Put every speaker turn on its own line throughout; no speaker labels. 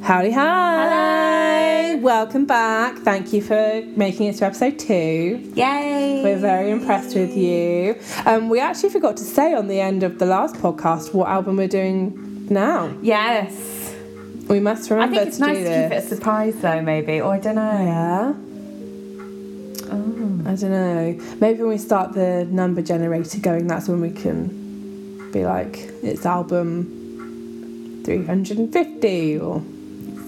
Howdy, hi! Welcome back. Thank you for making it to episode two.
Yay!
We're very impressed with you. Um, we actually forgot to say on the end of the last podcast what album we're doing now.
Yes.
We must
I
remember
think it's
to
nice
do
to
this.
keep it a surprise though, maybe. Or I don't know.
Yeah. I don't know. Maybe when we start the number generator going, that's when we can be like, it's album 350 or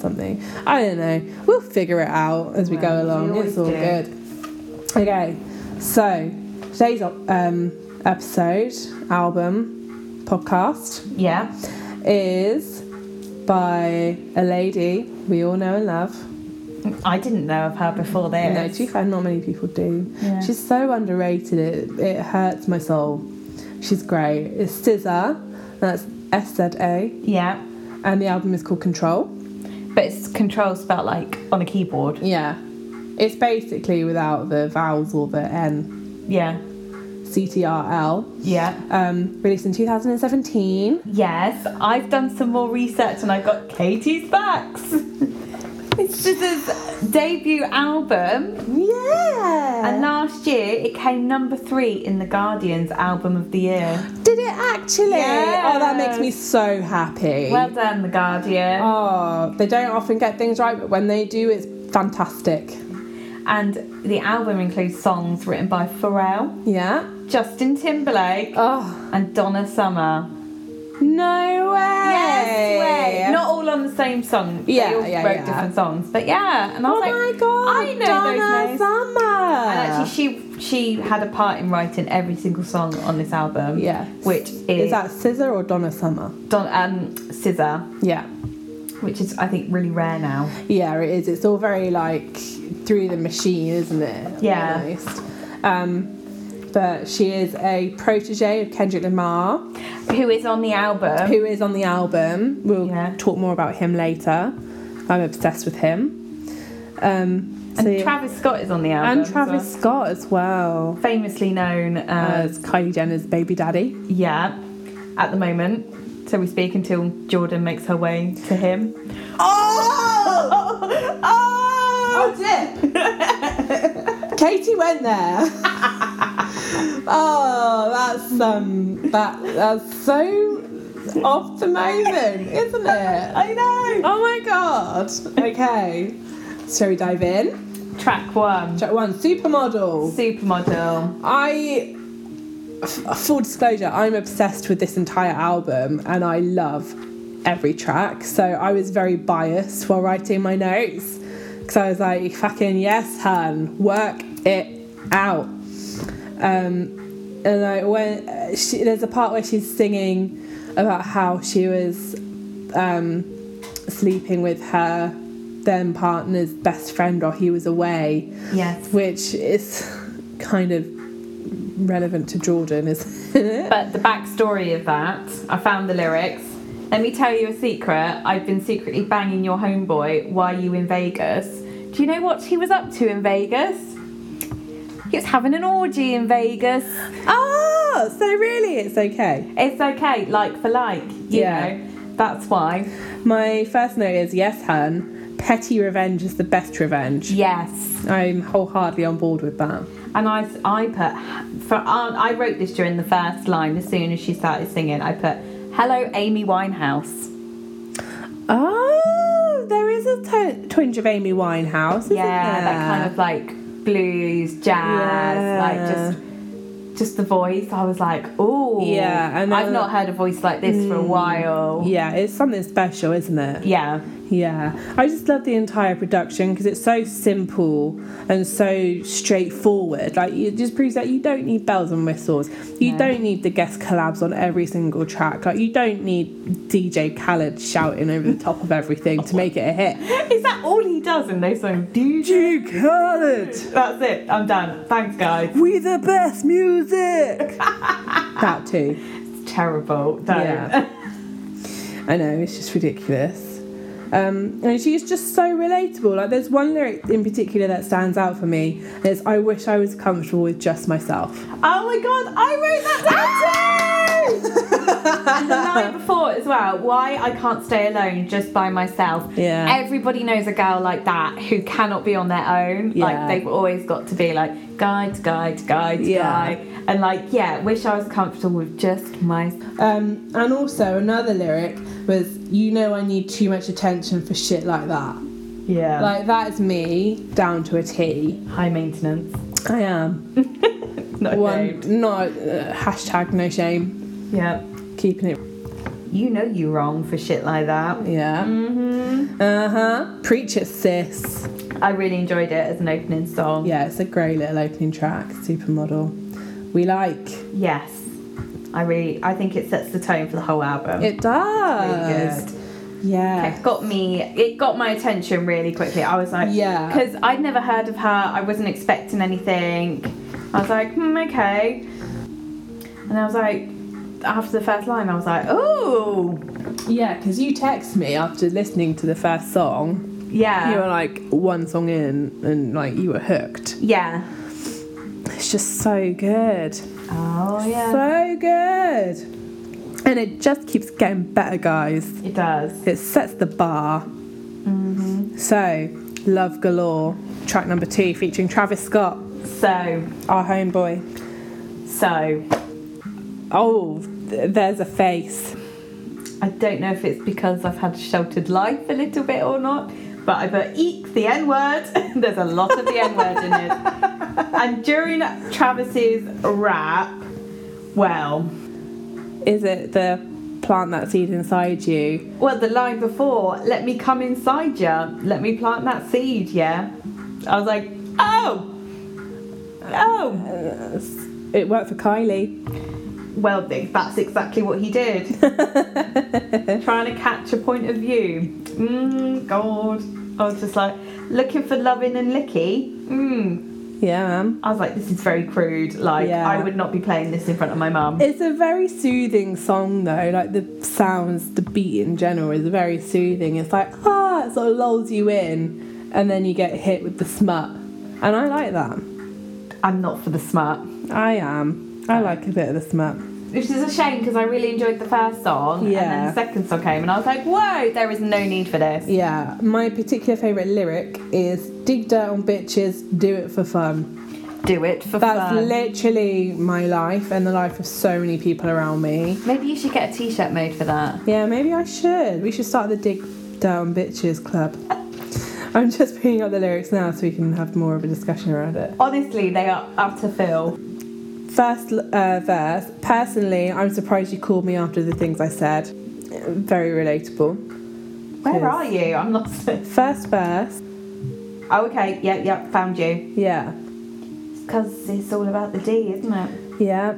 something. I don't know. We'll figure it out as we go
Well, we
along.
always
It's all
do.
good. Okay, so today's um, episode, album, podcast
Yeah.
is by a lady we all know and love.
I didn't know of her before this.
No, to be fair, not many people do.
Yeah.
She's so underrated. It, it hurts my soul. She's great. It's SZA. That's S Z A,
Yeah.
and the album is called Control.
But it's control spelled like on a keyboard.
Yeah, it's basically without the vowels or the N.
Yeah.
C T R L.
Yeah.
Um, released in 2017.
Yes. I've done some more research and I got Katie's facts. it's just his debut album.
Yeah.
And last year it came number three in the Guardian's album of the year.
did it actually? Oh, that makes me
Yes.
so happy.
Well done, the Guardian.
oh, they don't often get things right, but when they do, it's fantastic.
And the album includes songs written by Pharrell,
Yeah.
Justin Timberlake,
Oh.
and Donna Summer.
No way!
way. Not all on the same song.
Yeah,
they all
yeah,
wrote
yeah.
different songs. But yeah, and I was
oh
like,
my god!
I know
Donna
those names.
Summer.
And actually, she she had a part in writing every single song on this album.
yeah.
which
is,
is,
that Scissor or Donna Summer?
Don um Scissor,
Yeah,
which is I think really rare now.
yeah, it is. It's all very like through the machine, isn't it?
Yeah.
Almost. Um, but she is a protege of Kendrick Lamar,
Who is on the album?
who is on the album. We'll
Yeah.
talk more about him later. I'm obsessed with him. Um, so-
and Travis Scott is on the album.
and
as
Travis
well. Uh,
Scott as well.
famously known
as
as
Kylie Jenner's baby daddy.
Yeah, at the moment. So we speak until Jordan makes her way to him. Oh! oh!
Katie went there. oh, that's um, that that's so off the moment, isn't it?
I know!
Oh my god. Okay, shall we dive in?
Track one
Track one, supermodel.
Supermodel.
I. f- uh, Full disclosure, I'm obsessed with this entire album and I love every track. So I was very biased while writing my notes because I was like, fucking yes, hun, work it out. Um, and I went, uh, she, there's a part where she's singing about how she was um, sleeping with her then partner's best friend while he was away
Yes.
which is kind of relevant to Jordan, isn't it?
But the backstory of that, I found the lyrics. Let me tell you a secret. I've been secretly banging your homeboy while you in Vegas. Do you know what he was up to in Vegas? He was having an orgy in Vegas.
Oh, so really, it's okay.
It's okay, like for like, you
Yeah.
know. That's why.
My first note is yes, hun. Petty revenge is the best revenge.
Yes.
I'm wholeheartedly on board with that.
And I, I put for uh, I wrote this during the first line. As soon as she started singing, I put, "Hello, Amy Winehouse."
Oh, there is a t- twinge of Amy Winehouse, isn't
yeah,
there?
that kind of like blues, jazz,
Yeah.
like just just the voice. I was like, "Oh,
Yeah, and uh,
I've
then-
not heard a voice like this for a while."
Yeah, it's something special, isn't it?
Yeah.
Yeah, I just love the entire production because it's so simple and so straightforward. Like it just proves that you don't need bells and whistles. You
No.
don't need the guest collabs on every single track. Like you don't need DJ Khaled shouting over the top of everything to make it a hit.
Is that all he does in those songs?
DJ Khaled,
That's it. I'm done. Thanks, guys.
we the best music. that too.
It's terrible. do
Yeah. I know, it's just ridiculous. Um, and she's just so relatable. Like, there's one lyric in particular that stands out for me. and It's I wish I was comfortable with just myself. Ah!
Oh my god, I wrote that down too! and the line before as well, why I can't stay alone just by myself.
Yeah.
Everybody knows a girl like that who cannot be on their own.
Yeah.
Like they've always got to be like guide, guide, guide,
Yeah.
guide. And like, yeah, wish I was comfortable with just myself.
Um, and also another lyric was, "You know I need too much attention for shit like that."
Yeah. Like
Like that is me down to a T.
high maintenance.
I am
No
one.
shade.
Not uh, hashtag no shame.
Yeah.
Keeping it.
You know you wrong for shit like that.
Yeah. Uh huh. Preach it, sis.
I really enjoyed it as an opening song.
Yeah, it's a great little opening track. Supermodel. We like.
Yes. I really I think it sets the tone for the whole album.
It does.
Really
Yeah.
It got me. It got my attention really quickly. I was like,
Yeah.
because I'd never heard of her. I wasn't expecting anything. I was like, hmm, okay. And I was like, after the first line, I was like, oh,
Yeah, because you text me after listening to the first song.
yeah,
You were like one song in, and like you were hooked.
yeah.
It's just so good,
Oh
so good, and it just keeps getting better, guys.
it does.
It sets the bar. So, love galore, track number two featuring Travis Scott,
So,
our homeboy.
so
Oh, th- there's a face.
I don't know if it's because I've had a sheltered life a little bit or not, but I put eek the N word. There's a lot of the N word in it. And during Travis's rap, well,
Is it the plant that seed inside you?
well, the line before, let me come inside ya, let me plant that seed, yeah. I was like, oh, oh.
It worked for Kylie.
Well, that's exactly what he did. Trying to catch a point of view. Mmm, God. I was just like, looking for loving and licky. Mmm.
Yeah, man.
I was like, this is very crude. Like,
Yeah.
I would not be playing this in front of my mum.
It's a very soothing song though, like the sounds, the beat in general is very soothing. It's like, ah, it sort of lulls you in, and then you get hit with the smut. And I like that.
I'm not for the smart.
I am. I like a bit of the smut.
Which is a shame because I really enjoyed the first song. And
Yeah.
then the second song came and I was like, whoa, there is no need for this.
Yeah, my particular favourite lyric is dig dirt on bitches, do it for fun.
Do it for
That's
fun.
literally my life and the life of so many people around me.
Maybe you should get a t shirt made for that.
Yeah, maybe I should. We should start the Dig Down Bitches Club. I'm just picking up the lyrics now so we can have more of a discussion around it.
Honestly, they are utter fill.
First uh, verse Personally, I'm surprised you called me after the things I said. Very relatable. Yes.
Where are you? I'm lost.
First verse,
Oh, okay. Yep, yep. Found you.
yeah,
Because it's all about the D, isn't it?
yeah.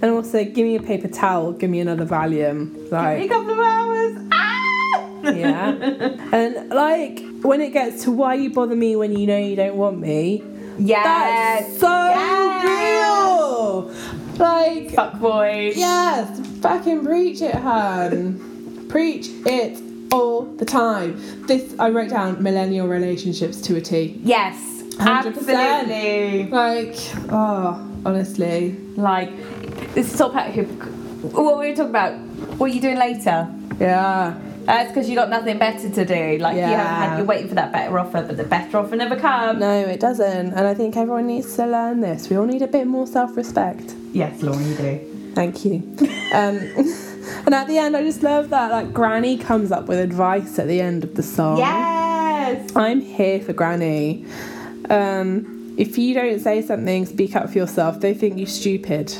And also, give me a paper towel, give me another Valium.
Give me a
Like,
couple of hours. Ah!
yeah. And like, when it gets to why you bother me when you know you don't want me,
Yes.
That's so
Yes.
real. Like,
Fuck boys.
yes, fucking preach it, hun. preach it all the time. This I wrote down millennial relationships to a T.
Yes.
100%.
Absolutely.
Like, oh, honestly,
Like, this is all about who. What were we talking about? What are you doing later?
yeah,
That's because you got nothing better to do. Like, you
Yeah.
haven't had, you're waiting for that better offer, but the better offer never comes.
no, it doesn't. And I think everyone needs to learn this. We all need a bit more self-respect.
Yes, Lauren, you do.
Thank you. Um, and at the end, I just love that like Granny comes up with advice at the end of the song.
Yes.
I'm here for Granny. Um, if you don't say something, speak up for yourself. They think you stupid.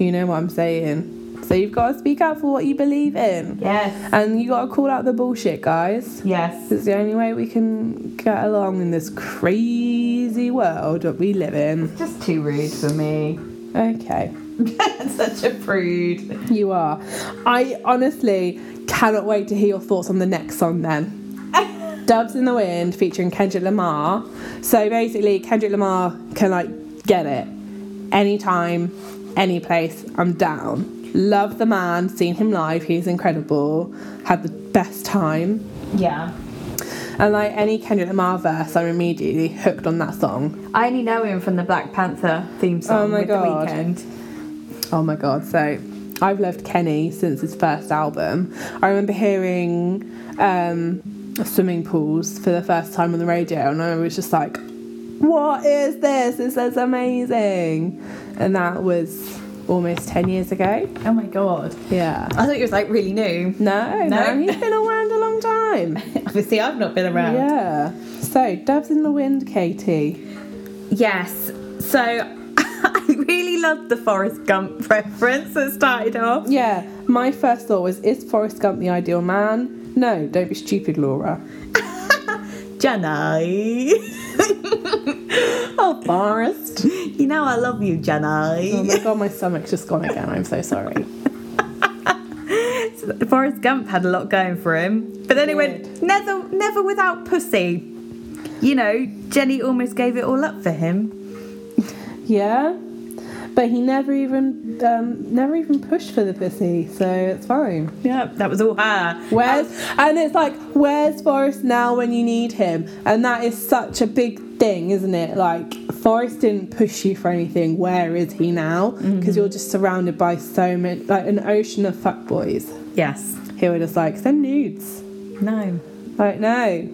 You know what I'm saying. So you've got to speak up for what you believe in,
Yes.
and you got to call out the bullshit, guys.
Yes.
It's the only way we can get along in this crazy world that we live in.
Just too rude for me.
Okay,
Such a prude.
you are. I honestly cannot wait to hear your thoughts on the next song then. Dubs in the Wind featuring Kendrick Lamar. So basically, Kendrick Lamar can like get it anytime, any place. I'm down. Love the man, seen him live, he's incredible. Had the best time.
yeah.
And like any Kendrick Lamar verse, I'm immediately hooked on that song.
I Oh only know him from the Black Panther theme song
my
with
God.
the weekend.
Oh my god, so I've loved Kenny since his first album. I remember hearing um, swimming pools for the first time on the radio, and I was just like, "What is this? This is amazing!" And that was almost ten years ago.
Oh my god.
Yeah.
I thought it was like really new.
No, no, he's been around a long time.
Obviously, I've not been around.
Yeah. So, doves in the wind, Katie.
Yes. So I really loved the Forrest Gump reference that started off.
Yeah, my first thought was, is Forrest Gump the ideal man? No, don't be stupid, Laura.
Janai. oh, Forrest. You know I love you,
Oh
Janai.
my god, my stomach's just gone again. I'm so sorry.
Forrest Gump had a lot going for him. But then
He
it went, never, never without pussy. You know, Jenny almost gave it all up for him.
Yeah, but he never even, um, never even pushed for the pussy, so it's fine.
Yeah, that was all her.
Where's and it's like, where's Forrest now when you need him? And that is such a big thing, isn't it? Like Forrest didn't push you for anything. Where is he now? Because you're just surrounded by so many, like an ocean of fuckboys
Yes.
who are just like send nudes.
No.
Like no, I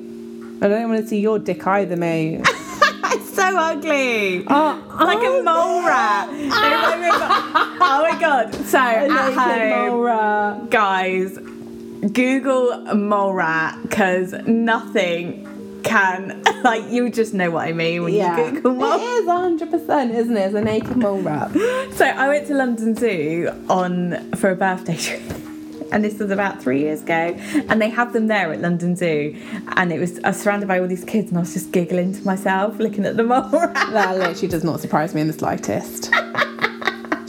don't want to see your dick either, mate.
It's so ugly.
oh,
like a mole rat. They remind me of- oh my god. So at home,
Laura.
guys, Google mole rat because nothing can like you just know what I mean when
Yeah,
you Google
it
mole.
is 100, percent isn't it? It's a naked mole rap.
So I went to London Zoo on for a birthday trip. And this was about three years ago, and they have them there at London Zoo, and it was I was surrounded by all these kids, and I was just giggling to myself, looking at the mole rat.
That literally does not surprise me in the slightest.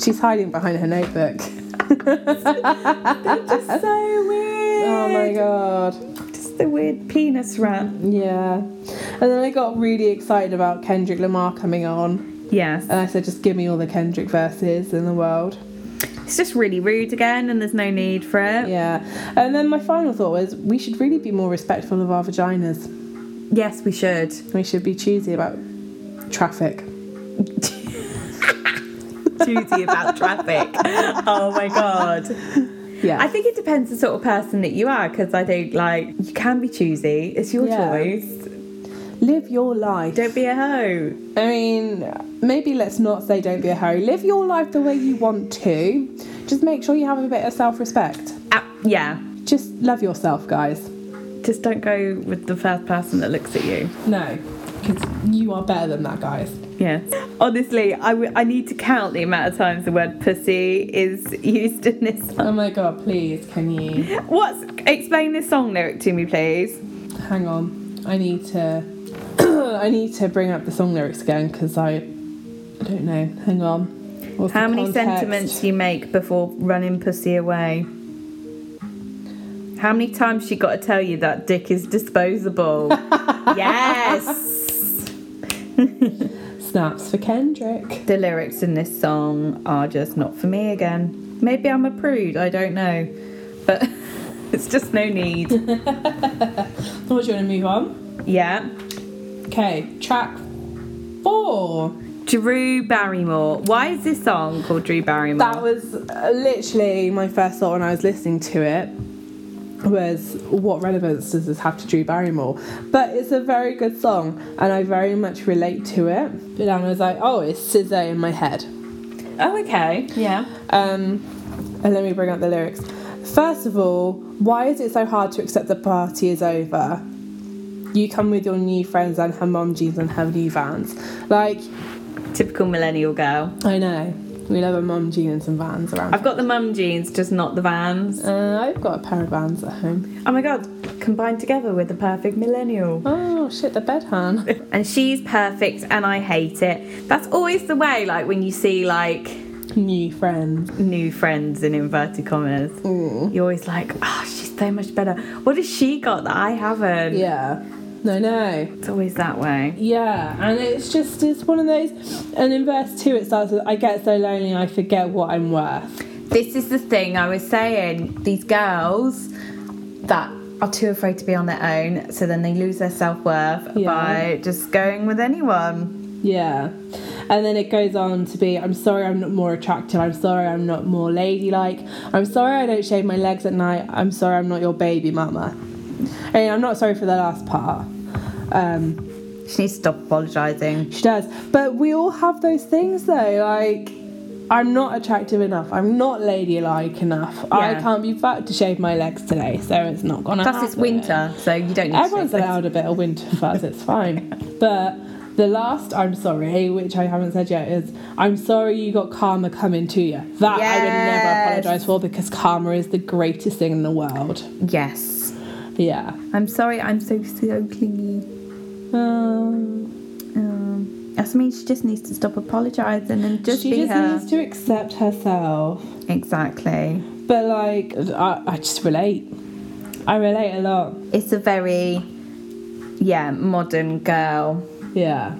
She's hiding behind her notebook.
Just so weird.
Oh my god.
Just the weird penis rat.
Yeah. And then I got really excited about Kendrick Lamar coming on.
Yes.
And I said, just give me all the Kendrick verses in the world.
it's just really rude again, and there's no need for it.
Yeah. And then my final thought was, we should really be more respectful of our vaginas.
Yes, we should.
We should be choosy about traffic.
Duty about traffic. Oh my god.
Yeah.
I think it depends the sort of person that you are, because I think, like, you can be choosy. It's your
Yeah.
choice.
Live your life.
Don't be a hoe.
I mean, maybe let's not say don't be a hoe. Live your life the way you want to. Just make sure you have a bit of self respect.
Uh, yeah.
Just love yourself, guys.
Just don't go with the first person that looks at you.
No, because you are better than that, guys.
Yeah. Honestly, I, w- I need to count the amount of times the word pussy is used in this
Oh my god, please, can you?
What's explain this song lyric to me, please?
Hang on. I need to. I need to bring up the song lyrics again because I. I don't know. Hang on. What's
How
the
many
context?
sentiments you make before running pussy away? How many times she got to tell you that dick is disposable? yes.
Snaps for Kendrick.
The lyrics in this song are just not for me again. Maybe I'm a prude, I don't know. But it's just no need.
So, what do you want to move on?
Yeah.
Okay, track four.
Drew Barrymore. Why is this song called Drew Barrymore?
That was uh, literally my first thought when I was listening to it was what relevance does this have to Drew Barrymore? But it's a very good song and I very much relate to it. And I was like, oh, it's SZA in my head.
oh, okay. Yeah.
Um, and let me bring up the lyrics. First of all, why is it so hard to accept the party is over? You come with your new friends and her mom jeans and her new vans. Like,
Typical millennial girl.
I know, we love a mom jeans and vans around.
I've got the mum jeans, just not the vans.
uh, I've got a pair of vans at home.
Oh my god, combined together with the perfect millennial.
Oh shit, the bed han.
And she's perfect and I hate it. That's always the way, like when you see like
New friends.
new friends in inverted commas.
Mm.
You're always like, oh, she's so much better. What has she got that I haven't?
Yeah. No, no.
It's always that way.
Yeah, and it's just it's one of those. And in verse two, it starts with, "I get so lonely, I forget what I'm worth."
This is the thing I was saying. These girls that are too afraid to be on their own, so then they lose their self worth
Yeah.
by just going with anyone.
Yeah, And then it goes on to be I'm sorry I'm not more attractive. I'm sorry I'm not more ladylike. I'm sorry I don't shave my legs at night. I'm sorry I'm not your baby mama. I mean, I'm not sorry for the last part. Um,
She needs to stop apologising.
she does. But we all have those things though. Like, I'm not attractive enough. I'm not ladylike enough. I
Yeah.
can't be fucked to shave my legs today, so it's not gonna.
Plus, it's
happen.
winter, so you don't need
Everyone's
to. shave legs.
allowed a bit of winter fuzz. It's fine. But the last I'm sorry, which I haven't said yet, is I'm sorry you got karma coming to you. That I would never
Yes.
apologise for because karma is the greatest thing in the world.
Yes.
Yeah.
I'm sorry, I'm so, so clingy.
Um,
Um, that's mean she just needs to stop apologising and just
she
be
just
her.
needs to accept herself.
Exactly.
But like, I, I just relate. I relate a lot.
It's a very, yeah, modern girl
Yeah,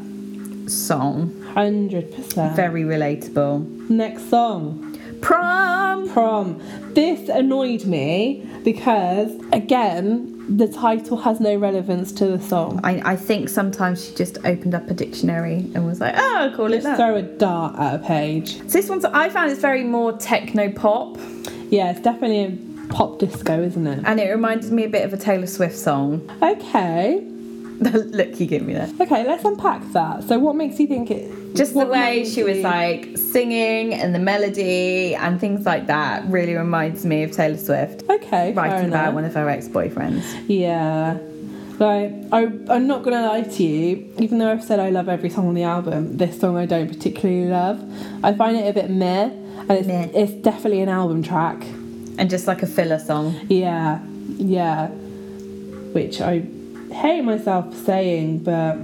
song.
hundred percent.
Very relatable.
Next song,
Prom!
prom. This annoyed me because again, the title has no relevance to the song.
I, I think sometimes she just opened up a dictionary and was like, oh, I'll call it
Just
that.
throw a dart at a page.
So this one's, I found it's very more techno pop
Yeah, it's definitely a pop disco, isn't it?
and it reminded me a bit of a Taylor Swift song.
Okay,
The look you give me there.
okay, let's unpack that. So, what makes you think it?
Just
what
the way
made
she was
you-
like singing and the melody and things like that really reminds me of Taylor Swift
Okay, fair
writing about
enough.
one of her ex boyfriends.
Yeah. Like, I, I'm not going to lie to you, even though I've said I love every song on the album, this song I don't particularly love. I find it a bit meh, and it's,
Meh.
it's definitely an album track.
And just like a filler song.
Yeah, yeah. Which I hate myself for saying, but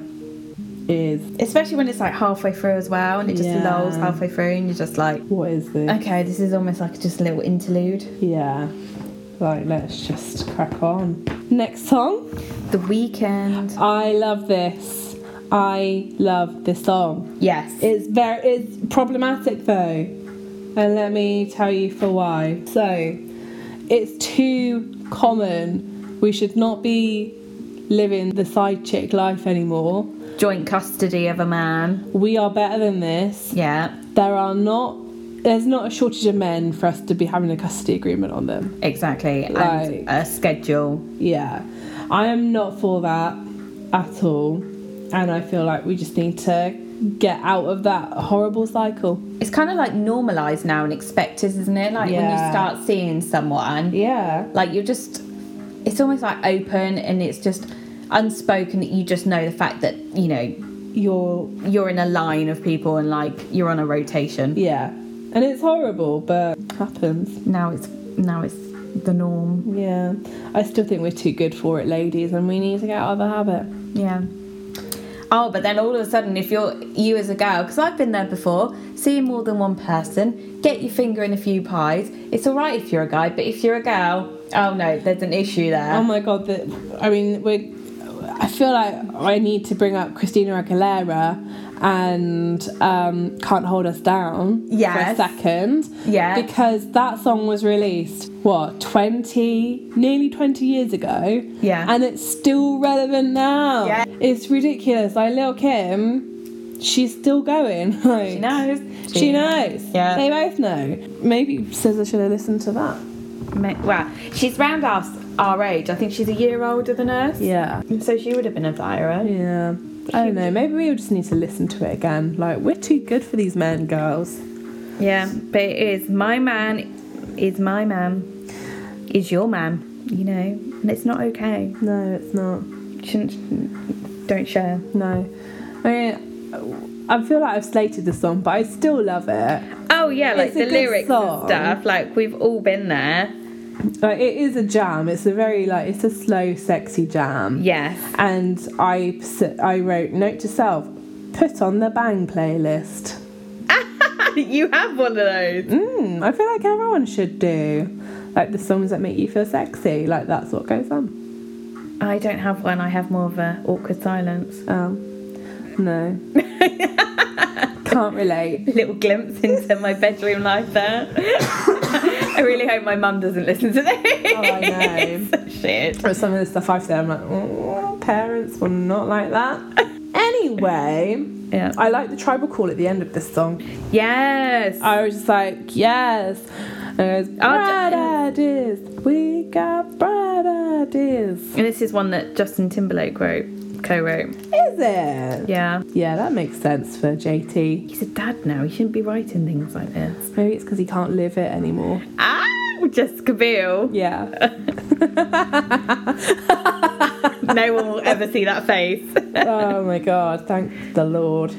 is
Especially when it's like halfway through as well and it just
Yeah.
lulls halfway through and you're just like,
what is this?
okay, this is almost like just a little interlude.
Yeah. Like, let's just crack on. Next song.
The weekend.
I love this. I love this song.
Yes.
It's very it's problematic though, and let me tell you for why. So, it's too common. We should not be living the side chick life anymore.
Joint custody of a man.
We are better than this.
Yeah,
There are not. There's not a shortage of men for us to be having a custody agreement on them.
exactly.
Like-
and a schedule.
Yeah, I am not for that at all, and I feel like we just need to get out of that horrible cycle.
It's kind of like normalised now and expected, isn't it? Like when
Yeah.
you start seeing someone,
Yeah.
like you're just, it's almost like open and it's just unspoken that you just know the fact that, you know,
You're
you're in a line of people and like you're on a rotation.
Yeah. And it's horrible, but it happens.
Now it's, now it's the norm.
Yeah. I still think we're too good for it, ladies, and we need to get out of the habit.
Yeah. Oh, but then all of a sudden, if you're you as a girl, because I've been there before, seeing more than one person, get your finger in a few pies. It's all right if you're a guy, but if you're a girl, oh no, there's an issue there.
Oh my god, that I mean, we're. I feel like I need to bring up Christina Aguilera and um, Can't Hold Us Down
Yes.
for a second.
Yeah.
Because that song was released, what, 20, nearly 20 years ago.
Yeah.
And it's still relevant now.
Yeah.
It's ridiculous. Like Lil Kim, she's still going. Like,
she knows.
She knows.
Yeah.
They both know. Maybe SZA should have listened to that.
Ma- Well, she's round us our age. I think she's a year older than us.
Yeah.
So she would have been of that era.
Yeah. I don't know. Maybe we just need to listen to it again. Like, we're too good for these men, girls.
Yeah, but it is my man, is my man, is your man. You know, and it's not okay.
No, it's not.
Shouldn't, don't share.
No. I mean, I feel like I've slated the song, but I still love it.
Oh yeah, like
It's a
the
good
lyrics
song.
and stuff. Like we've all been there.
Like, it is a jam. It's a very, like, it's a slow, sexy jam.
Yes.
And I, s- I wrote, note to self, put on the bang playlist.
you have one of those.
Mm, I feel like everyone should do. Like the songs that make you feel sexy, like that's what goes on.
I don't have one. I have more of a awkward silence.
Um, no. Can't relate.
Little glimpse into my bedroom life there. I really hope my mum doesn't listen to this.
Oh, I know.
Shit.
But some of the stuff I've said, I'm like, oh, parents will not like that. Anyway,
Yeah.
I like the tribal call at the end of this song.
Yes.
I was just like, yes. And it was,
I'll
bright
ju-
ideas. We got bright ideas.
and this is one that Justin Timberlake wrote, co-wrote.
Is it?
Yeah.
Yeah, that makes sense for JT.
He's a dad now. He shouldn't be writing things like this.
Maybe it's because he can't live it anymore.
Ah, Jessica Biel.
Yeah.
No one will ever see that face.
oh my god, thank the Lord.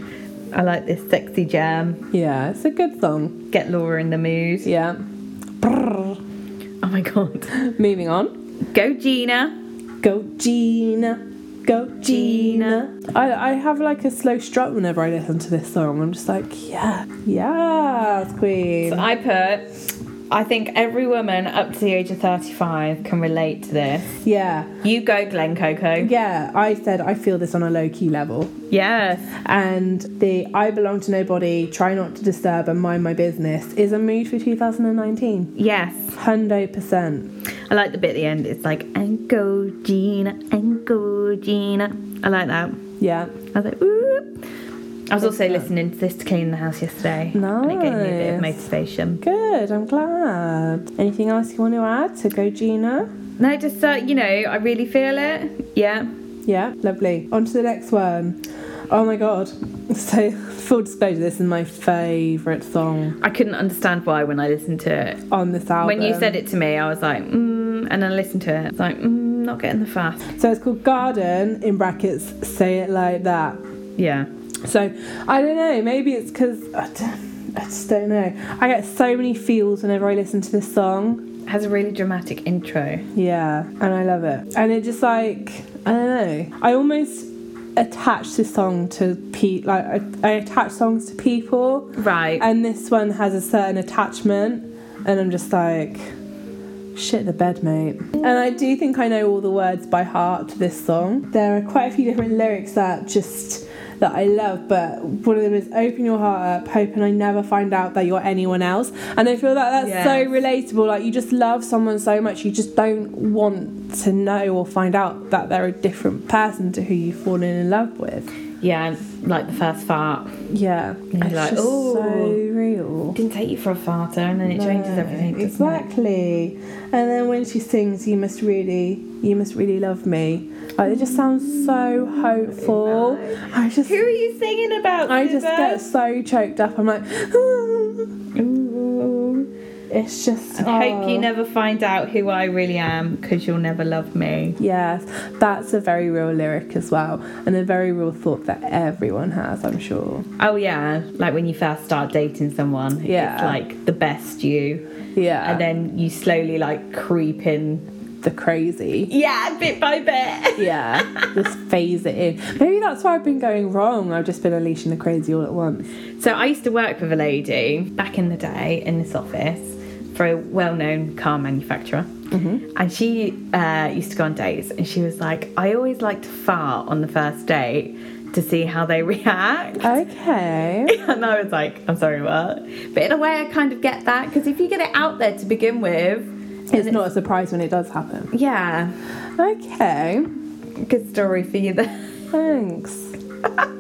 I like this sexy jam.
Yeah, it's a good song.
Get Laura in the mood.
Yeah. Brrr.
Oh my god.
Moving on.
Go Gina.
Go Gina. Go Gina. I, I have like a slow strut whenever I listen to this song. I'm just like, yeah, yes,
So
Queen.
I put. I think every woman up to the age of 35 can relate to this.
Yeah.
You go, Glen Coco.
Yeah, I said I feel this on a low key level.
Yes.
And the I belong to nobody, try not to disturb and mind my business is a mood for 2019.
Yes.
100%.
I like the bit at the end. It's like, and go, Gina, and go, Gina. I like that.
Yeah.
I was like, ooh. I was also listening to this to clean the house yesterday. And it gave me a bit of
Nice.
motivation.
Good, I'm glad. Anything else you want to add to Go Gina?
No, just so you know, I really feel it. Yeah.
Yeah, lovely. On to the next one. Oh my god. So, full disclosure, this is my favourite song
I couldn't understand why when I listened to it.
on this album.
When you said it to me, I was like, mm, and I listened to it. It's like, mm, not getting the fast.
So, it's called Garden, in brackets, say it like that.
Yeah.
So I don't know. Maybe it's because I, don't- I just don't know. I get so many feels whenever I listen to this song.
It has a really dramatic intro.
Yeah, and I love it. And it just like I don't know. I almost attach this song to pe like I, I attach songs to people,
Right.
and this one has a certain attachment, and I'm just like. Shit the bed, mate. And I do think I know all the words by heart to this song. There are quite a few different lyrics that just that I love, but one of them is "Open your heart up, hoping I never find out that you're anyone else." And I feel that that's so
Yes.
relatable. Like you just love someone so much, you just don't want to know or find out that they're a different person to who you've fallen in love with.
yeah, like the first fart.
Yeah,
you're
it's
like,
just so
"Ooh."
real.
Didn't take you for a farter, and then it changes
No,
everything. doesn't it?
Exactly. And then when she sings "You Must Really, You Must Really Love Me," like it just sounds so hopeful. I just,
Who are you singing about?
I just
Siva?
get so choked up. I'm like,
Ooh.
it's just.
I hope you
oh.
never find out who I really am, because you'll never love me.
Yes, that's a very real lyric as well, and a very real thought that everyone has, I'm sure.
Oh yeah, like when you first start dating someone,
Yeah.
it's like the best you,
Yeah,
and then you slowly like creep in,
the crazy.
yeah, bit by bit.
Yeah, just phase it in. Maybe that's why I've been going wrong. I've just been unleashing the crazy all at once.
So I used to work with a lady back in the day in this office for a well-known car manufacturer. And she uh, used to go on dates, and she was like, "I always like to fart on the first date to see how they react."
Okay.
And I was like, "I'm sorry, what?" But in a way, I kind of get that because if you get it out there to begin with,
It's not a surprise when it does happen.
yeah,
Okay,
good story for you there.
thanks.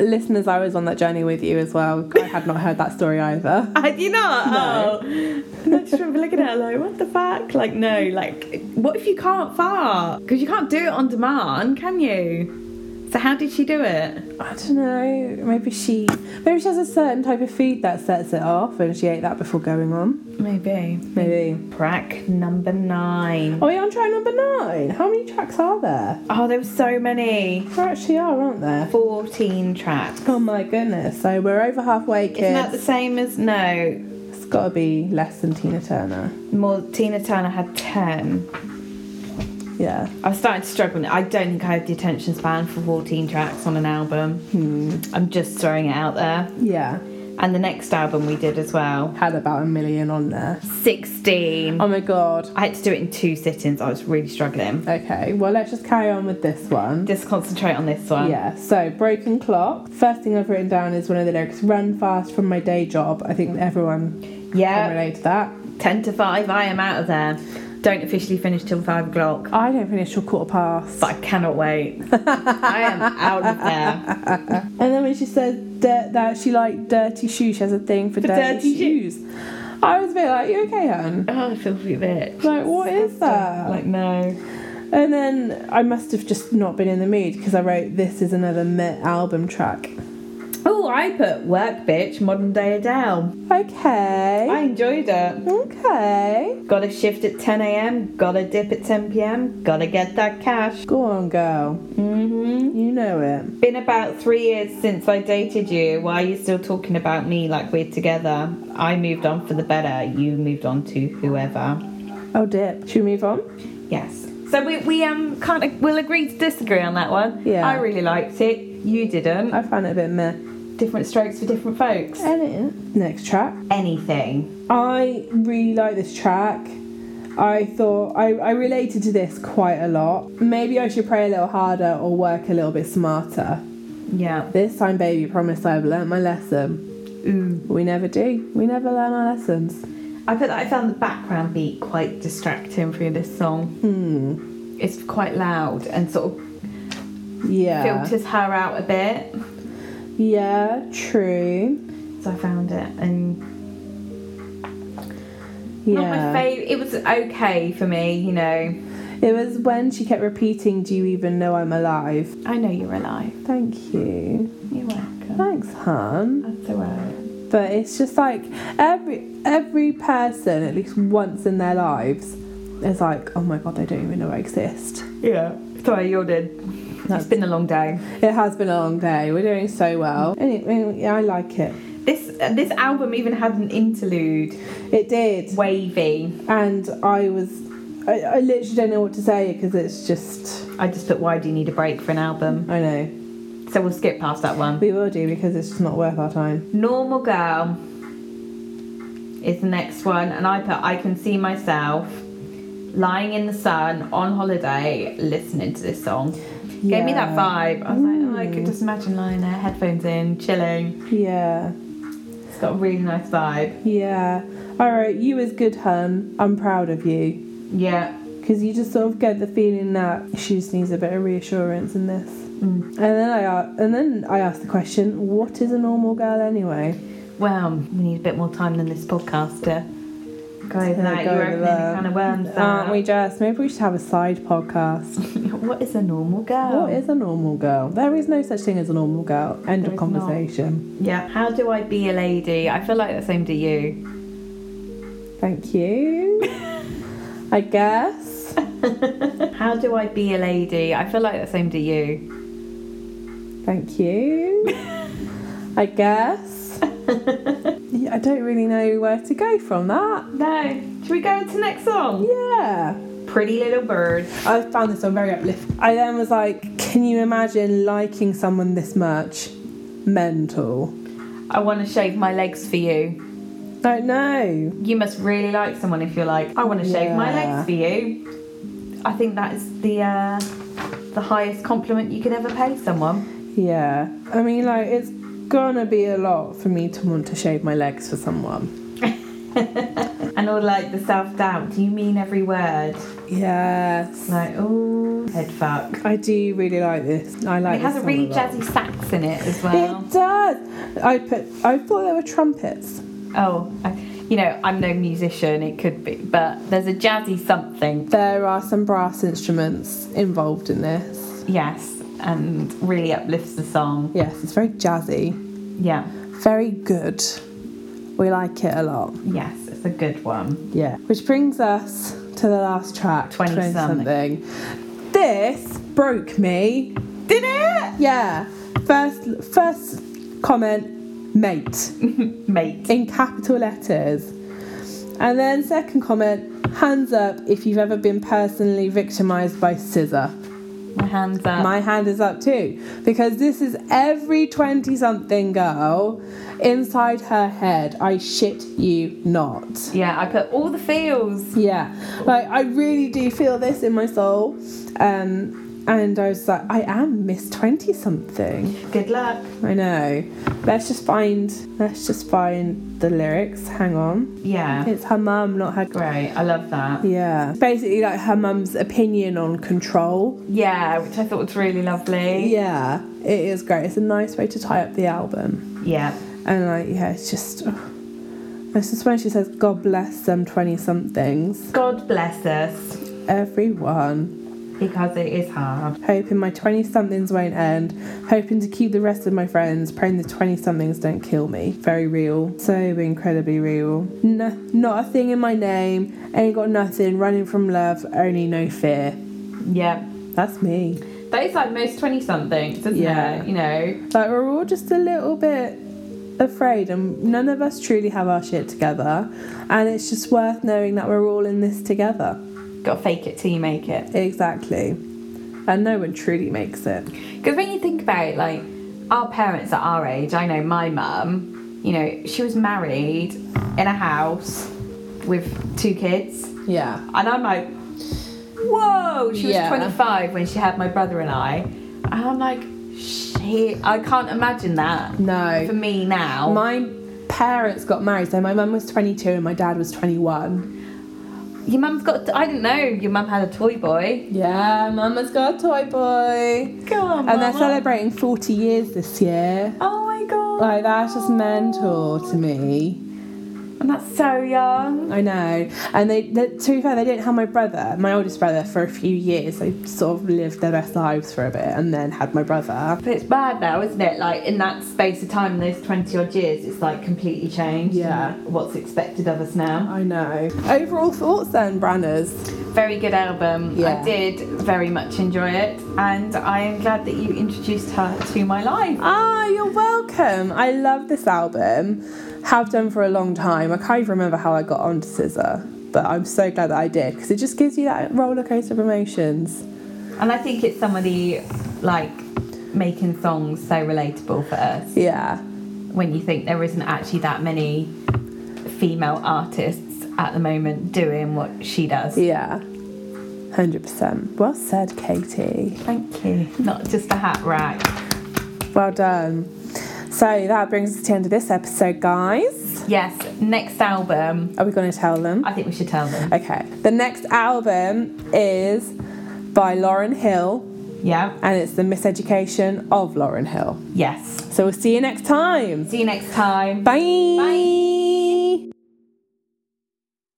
Listeners, I was on that journey with you as well. I had not heard that story either.
Had you not? No. Oh. And I just remember looking at her like, what the fuck? Like, no, like, what if you can't fart? Because you can't do it on demand, can you? So how did she do it?
I don't know. Maybe she, maybe she has a certain type of food that sets it off, and she ate that before going on.
Maybe.
Maybe.
Prac number nine.
Are we on track number nine? How many tracks are there?
Oh, there were so many.
There actually are, aren't there?
14 tracks.
Oh my goodness! So we're over halfway,
Isn't that
kids.
the same as, no,
It's got to be less than Tina Turner.
more, Tina Turner had 10.
Yeah.
I was starting to struggle. I don't think I have the attention span for 14 tracks on an album.
Hmm.
I'm just throwing it out there.
Yeah.
And the next album we did as well,
Had about a million on there.
16.
Oh my god.
I had to do it in two sittings. I was really struggling.
Okay. Well, let's just carry on with this one.
Just concentrate on this one.
Yeah, so broken clock. First thing I've written down is one of the lyrics run fast from my day job. I think everyone
Yeah.
can relate to that.
10 to 5, I am out of there. Don't officially finish till five o'clock,
I don't finish till quarter past.
but I cannot wait. I am out of there.
And then when she said dirt, that she liked dirty shoes, she has a thing for, dirty,
dirty
shoes. I was a bit like, you okay, hun?
Oh, filthy bitch.
Like, uh, what is that?
Like no.
and then I must have just not been in the mood because I wrote, this is another Met album track.
Oh, I put work bitch, modern day Adele.
Okay.
I enjoyed it.
okay.
Gotta shift at 10 a.m. Gotta dip at 10 p.m. Gotta get that cash.
Go on, girl.
Mm-hmm.
You know it.
Been about three years since I dated you. Why are you still talking about me like we're together? I moved on for the better. You moved on to whoever.
Oh, dip. Should we move on?
Yes. So we, we um kind of we'll agree to disagree on that one.
Yeah.
I really liked it. You didn't.
I found it a bit meh.
Different strokes for different folks.
Next track.
Anything.
I really like this track. I thought I, I related to this quite a lot. Maybe I should pray a little harder or work a little bit smarter.
Yeah.
This time, baby, promise I've learnt my lesson.
Ooh.
We never do. We never learn our lessons.
I put that I found the background beat quite distracting for this song.
Hmm.
It's quite loud and sort of
Yeah.
filters her out a bit.
Yeah, true.
So I found it and
Yeah.
not my favourite. It was okay for me, you know.
it was when she kept repeating, Do you even know I'm alive?
I know you're alive.
Thank you.
You're welcome.
Thanks, hun.
That's alright.
But it's just like every every person, at least once in their lives, is like, oh my god, I don't even know I exist.
Yeah. Sorry, you're dead.
That's-
It's been a long day.
It has been a long day. We're doing so well. Anyway, yeah, I like it.
This uh, this album even had an interlude,
It did,
wavy.
and I was, I, I literally don't know what to say because it's just,
I just put why do you need a break for an album?
I know
So we'll skip past that one.
we will do because it's just not worth our time.
Normal Girl is the next one, and I put I can see myself lying in the sun on holiday listening to this song. Gave me that
Yeah.
vibe. I was like, oh, I could just imagine lying there, headphones in, chilling.
Yeah,
It's got a really nice vibe.
yeah. All right, you is good, hun. I'm proud of you
Yeah.
because you just sort of get the feeling that she just needs a bit of reassurance in this.
Mm.
And then I a- and then I asked the question, what is a normal girl anyway?
Well, we need a bit more time than this podcast to go over
To
that.
go
You're
over
opening
that.
a can of worms.
Aren't
there.
we just? Maybe we should have a side podcast.
what is a normal girl?
What is a normal girl? There is no such thing as a normal girl. End
There
of
is not.
conversation.
yeah. How do I be a lady? I feel like that's aimed at you.
Thank you. I guess.
How do I be a lady? I feel like that's aimed at you.
Thank you. I guess. Yeah, I don't really know where to go from that.
No. Should we go to next song?
Yeah.
Pretty Little Bird.
I found this one very uplifting. I then was like, can you imagine liking someone this much? Mental.
I want to shave my legs for you.
Don't know.
You must really like someone if you're like, I want to shave my
Yeah.
legs for you. I think that is the uh, the highest compliment you could ever pay someone.
Yeah. I mean, like, it's gonna be a lot for me to want to shave my legs for someone.
And all like the self doubt. Do you mean every word?
Yes.
Like, oh, head fuck.
I do really like this. I like
it has
this
a
song
really
lot.
jazzy sax in it as well.
It does. I put. I thought there were trumpets.
Oh, I, you know, I'm no musician, it could be, but there's a jazzy something.
There are some brass instruments involved in this.
Yes, and really uplifts the song.
Yes, it's very jazzy.
Yeah,
Very good. We like it a lot.
yes, it's a good one.
Yeah. Which brings us to the last track,
20
something. This broke me.
Did it?
Yeah. First first comment, mate,
Mate.
in capital letters. And then second comment, hands up if you've ever been personally victimized by scissor.
My hands up.
My hand is up too. Because this is every 20 something girl inside her head. I shit you not.
yeah, I put all the feels.
Yeah, like I really do feel this in my soul. Um, And I was like, I am Miss 20 something.
Good luck.
I know. Let's just find let's just find the lyrics. Hang on.
Yeah.
It's her mum, not her
Great. I love that.
Yeah. Basically like her mum's opinion on control.
Yeah, which I thought was really lovely.
Yeah. It is great. It's a nice way to tie up the album.
Yeah.
And like yeah, it's just It's just when she says God bless them twenty somethings.
God bless us
Everyone.
because it is hard.
Hoping my twenty somethings won't end. Hoping to keep the rest of my friends. Praying the twenty somethings don't kill me. Very real. So incredibly real. No, not a thing in my name. Ain't got nothing. Running from love. Only no fear.
Yeah.
That's me.
That is like most 20 somethings, isn't
Yeah.
it? You know?
Like we're all just a little bit afraid and none of us truly have our shit together and it's just worth knowing that we're all in this together
Gotta fake it till you make it.
exactly and no one truly makes it
Because when you think about it, like our parents at our age, I know my mum, you know, she was married in a house with two kids.
yeah
And I'm like, whoa, she was
Yeah.
25 when she had my brother and I. And I'm like, shit, I can't imagine that
No.
for me now.
My parents got married, so my mum was 22 and my dad was 21.
your mum's got, I didn't know your mum had a toy boy.
Yeah, mama's got a toy boy.
Come on,
And they're
Mama.
celebrating 40 years this year.
Oh my god.
Like, that's just mental to me.
And that's so young.
I know. And they, they, to be fair, they didn't have my brother, my oldest brother, for a few years. They sort of lived their best lives for a bit and then had my brother.
But it's bad now, isn't it? Like in that space of time, those 20 odd years, it's like completely changed.
Yeah.
and What's expected of us now.
I know. Overall thoughts then, Branners?
Very good album.
Yeah.
I did very much enjoy it. And I am glad that you introduced her to my life.
Ah, you're welcome. I love this album. Have done for a long time. I can't even remember how I got onto Scissor, but I'm so glad that I did because it just gives you that roller coaster of emotions.
And I think it's some of the like making songs so relatable for us
Yeah,
when you think there isn't actually that many female artists at the moment doing what she does.
yeah, hundred percent. Well said, Katie.
Thank you. Not just a hat rack.
Well done. So that brings us to the end of this episode, guys.
Yes, next album.
Are we going to tell them?
I think we should tell them.
Okay. The next album is by Lauren Hill,
Yeah.
and it's the Miseducation of Lauren Hill.
Yes.
So we'll see you next time.
See you next time.
Bye. Bye.